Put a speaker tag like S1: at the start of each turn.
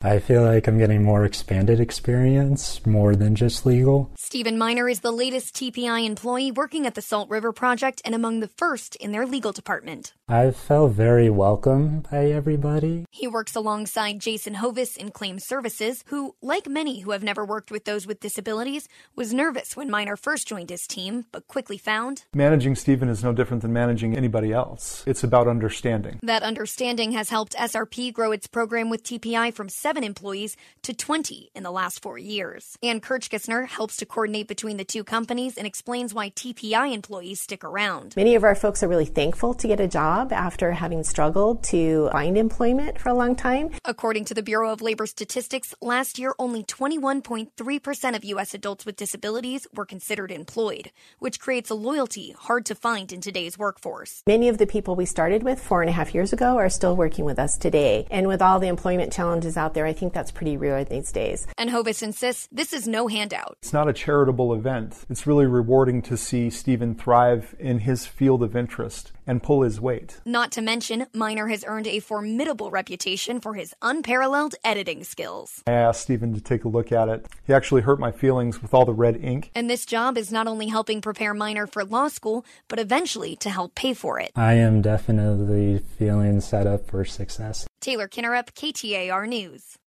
S1: I feel like I'm getting more expanded experience, more than just legal.
S2: Stephen Miner is the latest TPI employee working at the Salt River Project and among the first in their legal department.
S1: I felt very welcome by everybody.
S2: He works alongside Jason Hovis in Claims Services, who, like many who have never worked with those with disabilities, was nervous when Miner first joined his team, but quickly found
S3: Managing Stephen is no different than managing anybody else. It's about understanding.
S2: that understanding has helped SRP grow its program with TPI from seven employees to 20 in the last four years. Ann Kirchgessner helps to coordinate between the two companies and explains why TPI employees stick around.
S4: Many of our folks are really thankful to get a job after having struggled to find employment for a long time.
S2: According to the Bureau of Labor Statistics, last year only 21.3% of U.S. adults with disabilities were considered employed, which creates a loyalty hard to find in today's workforce.
S4: Many of the people we started with four and a half years ago are still working with us today. And with all the employment challenges out there, I think that's pretty rare these days.
S2: And Hovis insists this is no handout.
S3: It's not a charitable event. It's really rewarding to see Stephen thrive in his field of interest and pull his weight.
S2: Not to mention, Miner has earned a formidable reputation for his unparalleled editing skills.
S3: I asked Stephen to take a look at it. He actually hurt my feelings with all the red ink.
S2: And this job is not only helping prepare Miner for law school, but eventually to help pay for it.
S1: I am definitely feeling set up for success.
S2: Taylor Kinnerup, KTAR News.